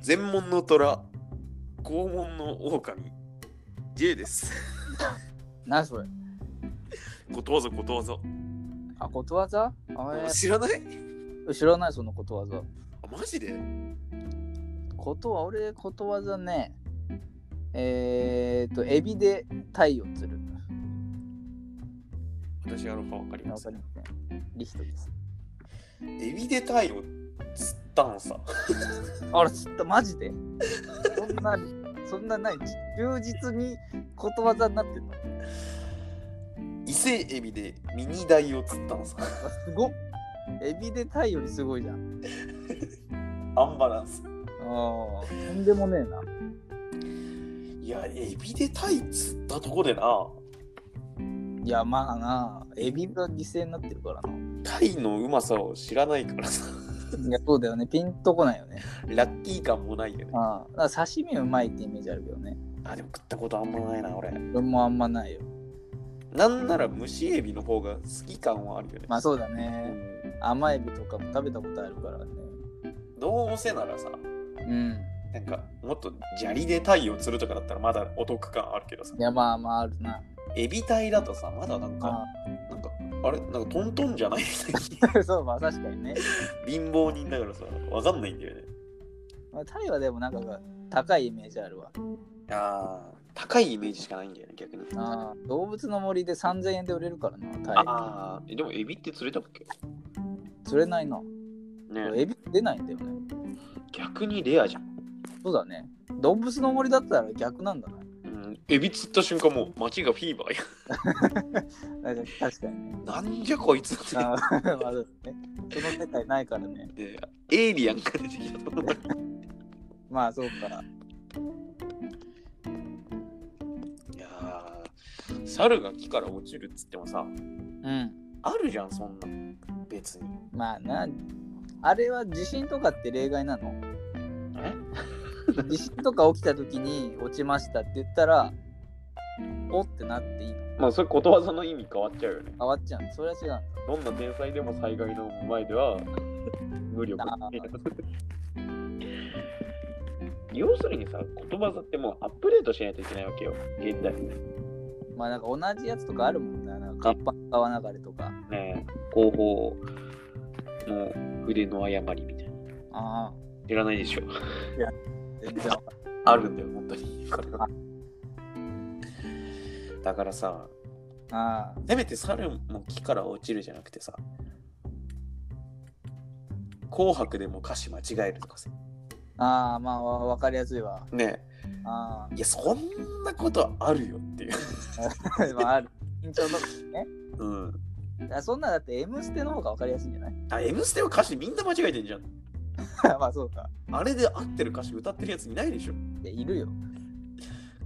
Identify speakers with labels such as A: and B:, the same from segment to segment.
A: 全門の虎、肛門の狼、J です。
B: 何それ
A: ことわざことわざ。
B: あ、ことわざあえ
A: 知らない
B: ー知らない、そのことわざ。
A: あ、マジで
B: ことは、俺、ことわざね。えー、っと、エビで鯛を釣る。
A: 私あのかわかりま
B: わ
A: す
B: かり。ますね。リヒトです。
A: エビでタイを釣ったんさ。
B: あら、ちょっとマジでそんな、そんなない。忠実にことわざになってんの
A: 伊勢エビでミニダイを釣ったんさ。
B: あすごっエビで鯛よりすごいじゃん。
A: アンバランス。
B: ああ、とんでもねえな。
A: いや、エビでタイ釣ったとこでな、
B: いや、まあな、エビが犠牲になってるからな。
A: タイのうまさを知らないからさ。
B: いや、そうだよね。ピンとこないよね。
A: ラッキー感もないよね。
B: ああ、だから刺身うまいってイメージあるけどね。
A: あ、でも食ったことあんまないな、俺。
B: 俺もあんまないよ。
A: なんなら蒸しエビの方が好き感はあるよね。
B: まあそうだね。甘エビとかも食べたことあるからね。
A: どうせならさ、
B: うん。
A: なんかもっと砂利でタイを釣るとかだったらまだお得感あるけどさ
B: い、や、まあまああるな。
A: エビタイだとさ、まだなん
B: あ
A: か、なんか、あれなんかトントンじゃない みたい
B: あ そう、まあ確かにね。
A: に貧乏人だからさ、わかんないんだよね。
B: まあ、タイはでもなんか高いイメージあるわ。
A: ああ、高いイメージしかないんだよね、逆に。
B: ああ動物の森で3000円で売れるからな、タイ。
A: ああ、えでもエビって釣れたっけ
B: 釣れないな。
A: ね
B: エビ出ないんだよね。
A: 逆にレアじゃん。
B: そうだね。動物の森だったら逆なんだな。
A: うん、エビ釣った瞬間もう街がフィーバーや。
B: 確かにね。
A: なんじゃこいつって。
B: あー まあそうですね。その世界ないからね。
A: でエイリアンが出てきたと思 った
B: まあそうか。
A: いやー猿が木から落ちるっつってもさ
B: うん。
A: あるじゃんそんな別に
B: まあな。あれは地震とかって例外なの
A: え
B: 地震とか起きた時に落ちましたって言ったら、おってなっていいの
A: まあそれことわざの意味変わっちゃうよね
B: 変わっちゃうのそれは違うんだ。
A: どんな天才でも災害の前では無力
B: あ
A: 要するにさ言葉ざってもうアップデートしないといけないわけよ現代ね
B: まあなんか同じやつとかあるもんな。なんか活版川流れとか。
A: え広報の筆の誤りみたいな
B: ああ。
A: 知らないでしょ
B: 全然わかんない
A: あるんだよ本当に これはだからさ
B: ああ。
A: せめて猿も木から落ちるじゃなくてさ紅白でも歌詞間違えるとかさ
B: ああ、まあわわかりやすいわ。
A: ね
B: あ
A: えいやそんなことあるよっていう
B: あ。まあある。緊張の。
A: うん
B: あそんなだって「M ステ」の方が分かりやすいんじゃ ない
A: あ「M ステ」は歌詞みんな間違えてんじゃん
B: まあそうか。
A: あれで合ってる歌詞歌ってるやついないでしょ
B: いやいるよ。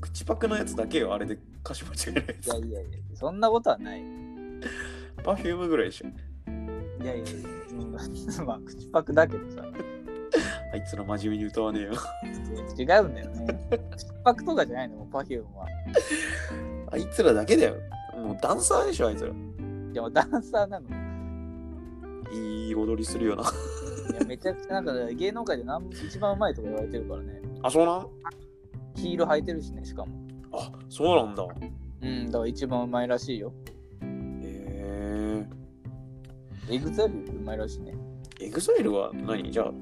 A: 口パクのやつだけよあれで歌詞間違えない
B: いやいやいや、そんなことはない。い
A: パフュームぐらいでしょ
B: やいやいや、うん、 まあ口パクだけどさ、
A: あいつら真面目に歌わねえよ
B: 違うんだよね。口パクとかじゃないの、もう Perfume は。
A: あいつらだけだよもうダンサーでしょあいつら
B: でもダンサーなの。
A: いい踊りするよない
B: やめちゃくちゃなんか芸能界でなん一番うまいとか言われてるからね。
A: あそうなん
B: ヒール履いてるしね、しかも。
A: あそうなんだ
B: うん、だから一番うまいらしいよ。
A: へ
B: エグザイルうまいらしいね。
A: えエグザイルは何じゃあ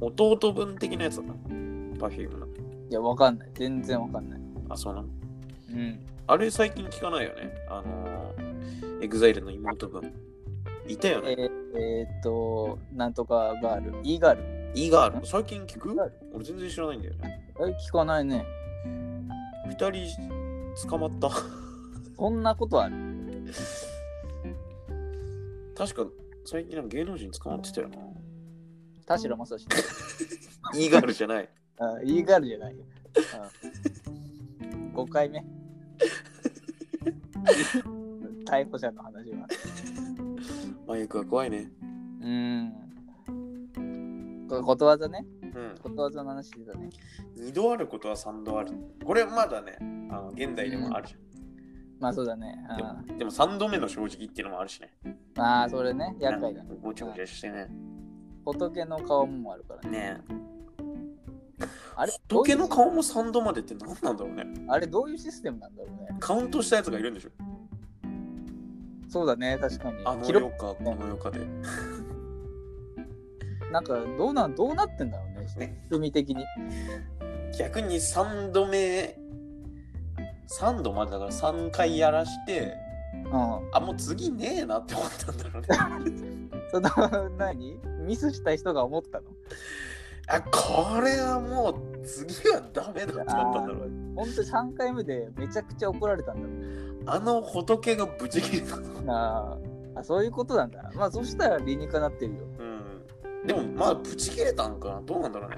A: 弟分的なやつだなパフュームの
B: いや、わかんない。全然わかんない。
A: あそうなん
B: うん。
A: あれ最近聞かないよねあのエグザイルの妹分いたよ
B: え
A: ね
B: ーえーっと、なんとかガール、イーガール。
A: イガール最近聞く
B: ガール
A: 俺全然知らないんだよね
B: え、聞かないね。
A: 二人捕まった
B: そんなことある
A: 確か最近なんか芸能人捕まってたよな
B: 田代正史。
A: イガールじゃない
B: あ、イーガールじゃないよ。5回目。 逮捕者の話は。
A: マイクは怖いね
B: うん。これことわざね。
A: うん
B: ことわざの話だね。
A: 二度あることは三度あるこれまだねあの現代でもあるじゃん
B: まあそうだね。
A: でもでも3度目の正直っていうのもあるしね。
B: あああ、それね。厄介だ
A: なん。かごちゃごちゃしてね。
B: 仏の顔もあるからね。
A: ねえ。
B: あれ
A: 仏の
B: どうい
A: 顔も3度までって何なんだろうね
B: うあれどういうシステムなんだろうね。
A: カウントしたやつがいるんでしょ
B: そうだね、確かに。
A: あの
B: 記
A: 世
B: 録
A: かこの世かで
B: なんかどうなんどうなってんだろうね、仕組み的に。
A: 逆に3度目3度までだから3回やらして
B: うん。
A: あもう次ねえなって思ったんだろうね
B: その、何ミスした人が思ったの
A: あこれはもう次はダメだって思ったんだろうね
B: 本当に3回目でめちゃくちゃ怒られたんだろうね
A: あの仏がブチ切れ たの
B: なああそういうことなんだまあそしたら理にかなってるよ
A: うんでもまあブチ切れたのかなどうなんだろうね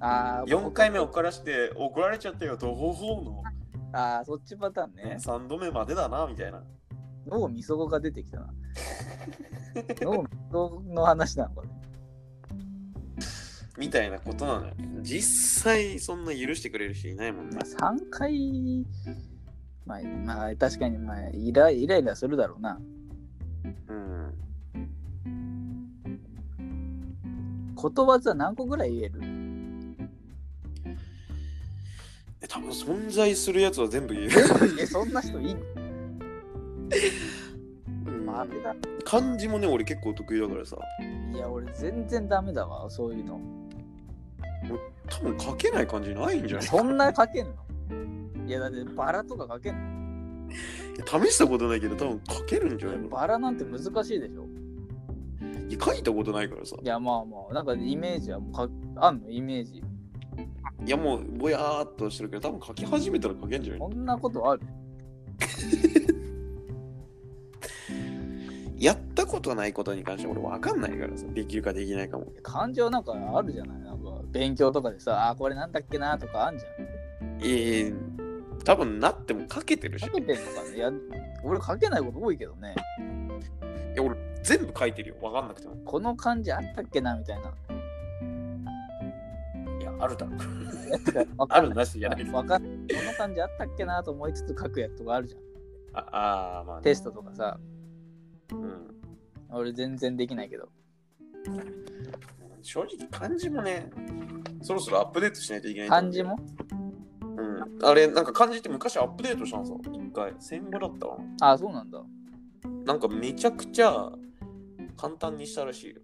B: ああ
A: 4回目怒らして怒られちゃったよとほほうの、
B: ああそっちパターン
A: ね、
B: ね
A: 3度目までだなみたいな
B: 脳みそごが出てきた な脳みそごの話なのかね
A: みたいなことなのよ実際そんな許してくれる人いないもんね
B: まあ3回まあ、まあ、確かにまあイライライラするだろうな
A: うん
B: ことわざ何個ぐらい言える
A: え多分存在するやつは全部言える、
B: えそんな人いい
A: うん
B: まあ、あれだ
A: 漢字もね俺結構得意だからさ
B: いや俺全然ダメだわそういうの
A: 多分書けない漢字ないんじゃない
B: そんな書けんのいやだってバラとか書けんの
A: 試したことないけど多分書けるんじゃないの
B: バラなんて難しいでしょ
A: いや書いたことないからさ
B: いやまあまあなんかイメージはもうかあんのイメージ
A: いやもうぼやーっとしてるけど多分書き始めたら書けんじゃない
B: こんなことある
A: やったことないことに関して俺分かんないからさできるかできないかも
B: 感情なんかあるじゃないなんか勉強とかでさあーこれなんだっけなとかあんじゃん
A: ええ多分なっても書けてるし
B: 書けてんのかねいや俺書けないこと多いけどね
A: いや俺全部書いてるよ分かんなくても
B: この漢字あったっけなみたいない
A: やあるだろ
B: わ
A: あ
B: か
A: る
B: んない
A: なしじゃない
B: わかんないこの漢字あったっけなと思いつつ書くやつとかあるじゃん
A: ああーまあ、ね
B: テストとかさ
A: うん、
B: 俺全然できないけど
A: 正直漢字もねそろそろアップデートしないといけない
B: 漢字も
A: うんあれなんか漢字って昔アップデートしたんですよ一回戦後だったわ
B: あーそうなんだ
A: なんかめちゃくちゃ簡単にしたらしいよ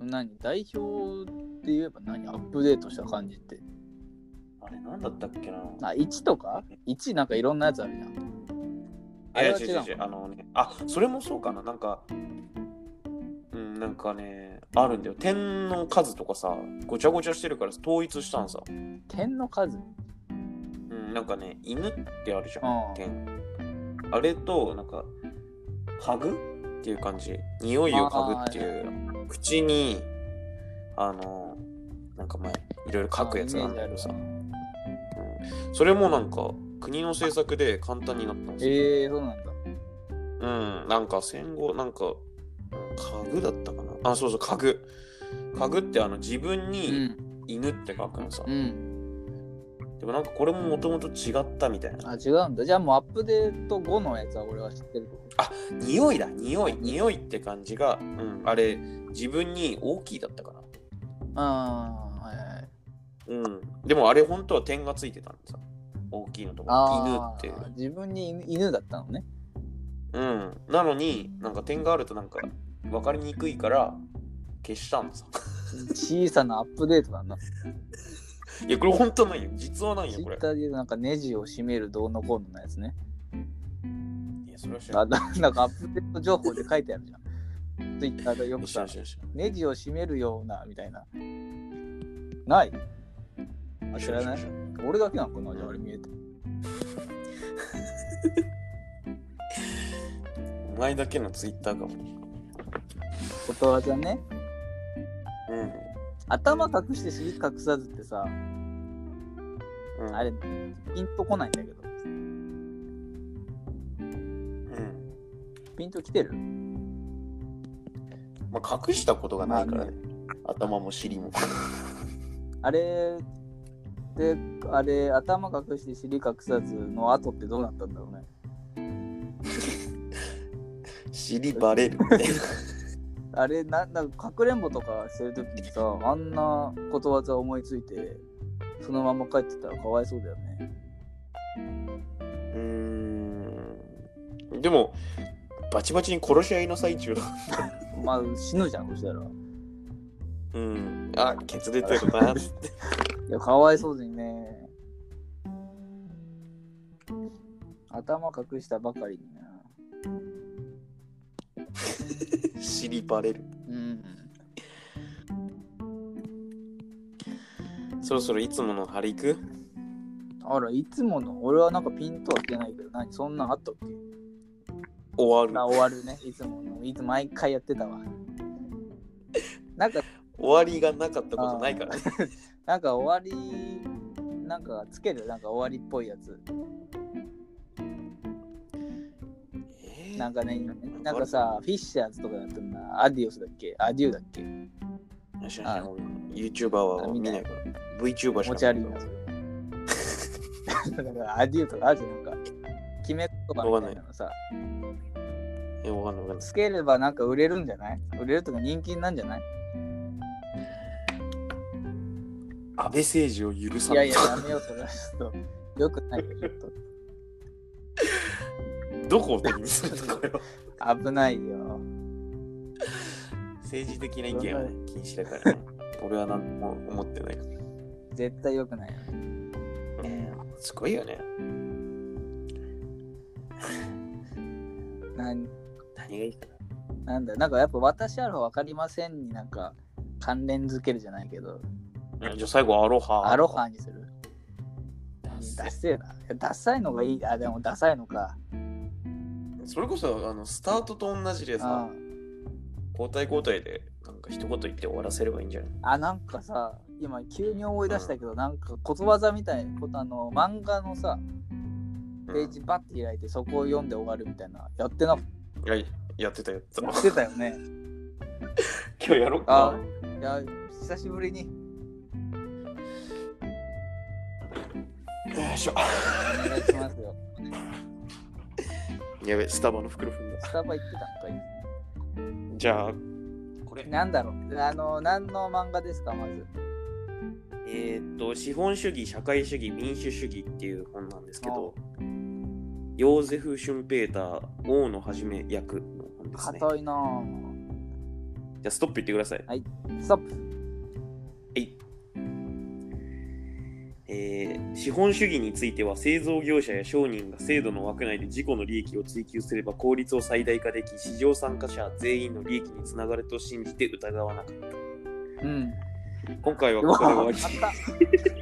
B: 何代表って言えば何アップデートした感じって
A: あれなんだったっけな
B: あ1とか1なんかいろんなやつあるじゃん
A: あいや
B: あ
A: 違う
B: れ
A: 違
B: は
A: う
B: 違
A: 違うあのねあそれもそうかななんかうんなんかねあるんだよ点の数とかさごちゃごちゃしてるから統一したんさ
B: 点の数
A: うんなんかね犬ってあるじゃ
B: うんん
A: 点あれとなんかハグっていう感じ匂いを嗅ぐっていう口にあのなんか前いろいろ書くやつなんだけどさ
B: あイメージ
A: それもなんか国の政策で簡単になったんですよ
B: ええー、そうなんだ
A: うん、なんか戦後、なんか、家具だったかな。あ、そうそう、家具。家具ってあの自分
B: う
A: に
B: ん
A: 犬って書くのさ
B: う。ん
A: でもなんかこれももともと違ったみたいな。
B: あ違うんだじゃあもうアップデート後のやつは俺は知ってる
A: 匂いだ、匂い。匂いって感じが、うん、あれ、自分に大きいだったかな。
B: ああはいはい
A: うん。でもあれ、本当は点がついてたんでさ。大きいのとか
B: あ。
A: 犬って
B: ー。自分に犬犬だったのね
A: うん。なのに、なんか点があるとなんか分かりにくいから、消したんださ。
B: 小さなアップデートなんだ
A: いや、これ本当ないよ。実はない
B: ツ
A: よ、
B: イ
A: これ
B: ッ。ターでなんかネジを締めるどうのこうののやつね
A: いや、それは知ら
B: あ
A: ん。
B: ななんかアップデート情報で書いてあるじゃんツイッターでよく
A: 知ら
B: さ
A: ん知らん知らん
B: ネジを締めるようなみたいな。ないあ知らない俺だけなのかなじゃああれ見えて。
A: お前だけのツイッターかも。
B: ことわざね。
A: うん。
B: 頭隠して尻隠さずってさ、
A: うん、
B: あれ、ピンとこないんだけど。
A: うん。
B: ピンときてる
A: まあ、隠したことがないからね。頭も尻も。
B: あれ、で、あれ、頭隠して尻隠さずの後ってどうなったんだろうね。
A: 尻バレる。
B: あれ、ななんかかくれんぼとかしてるときにさ、あんなことわざ思いついて、そのまま帰ってたらかわいそうだよね。
A: うーん。でも、バチバチに殺し合いの最中だ。
B: まあ死ぬじゃん、そしたら。
A: うん。あ、ケツ出てるな。
B: いや、かわいそうにね。頭隠したばかりにな。
A: 尻バレる。
B: うん。
A: そろそろいつもの張り行く
B: あら、いつもの、俺はなんかピンとは来てないけど、何そんなんあったっけ
A: 終
B: まあ
A: わる。
B: 終わるね、いつもの。いつも毎回やってたわ。なんか、
A: 終わりがなかったことないからね。
B: なんか終わり、なんかつける、なんか終わりっぽいやつ。
A: えー
B: なんかね、なんかさ、フィッシャーズとかだったんだ。アディオスだっけアデューだっけ
A: 知らない俺 YouTuber は見ないから。VTuber しか
B: 持ち歩いた。だからアデューとかあるじゃん、なんか。決め言葉みたいなのさ。
A: え、わかんないわかんない。
B: つければなんか売れるんじゃない売れるとか人気なんじゃない
A: 安倍政治を許さ
B: い
A: な
B: や
A: い。
B: いや、やめよう、それはちょっと。 よくないよ、ちょっと。
A: どこを敵にするのこ れは。
B: 危ないよ。
A: 政治的な意見はね、禁止だからね。俺は何も思ってないか
B: 絶対よくないよ。
A: ら。すごいよね。
B: なん
A: 何がいいかな。
B: なんだ、なんかやっぱ私あるわかりませんになんか関連づけるじゃないけど、
A: うんじゃあ最後、アロハ。
B: アロハにする。
A: だ
B: ダッセーな。いやダサいのがいい。あ、でもダサいのか。
A: それこそ、あの、スタートと同じで
B: あ
A: さ、交代交代で、なんか一言言って終わらせればいいんじゃない
B: あ、なんかさ、今急に思い出したけど、なんかことわざみたいなこと、あの、漫画のさ、ページバッて開いてそこを読んで終わるみたいな、やってなかっ
A: うんはい、やってたやつ。
B: た。や
A: 今
B: ってたよね。
A: 日やろう
B: あ
A: か。
B: いや、久しぶりに。
A: よいしょ。
B: お願いしますよ。
A: やべ、スタバの袋踏んだ。
B: スタバ行ってたんか
A: じゃあ、これ
B: い。なんだろう。あの、何の漫画ですか、まず。
A: えーっと、資本主義、社会主義、民主主義っていう本なんですけど、ヨーゼフ・シュンペーター、王のはじめ役の本ですね。じゃ
B: 硬いなぁ。
A: あ、ストップ言ってください。
B: ストップ。
A: はい。えー資本主義については製造業者や商人が制度の枠内で自己の利益を追求すれば効率を最大化でき市場参加者全員の利益につながると信じて疑わなかっ
B: うん。
A: た今回は
B: う
A: こ
B: わ
A: こで終わり
B: 硬っ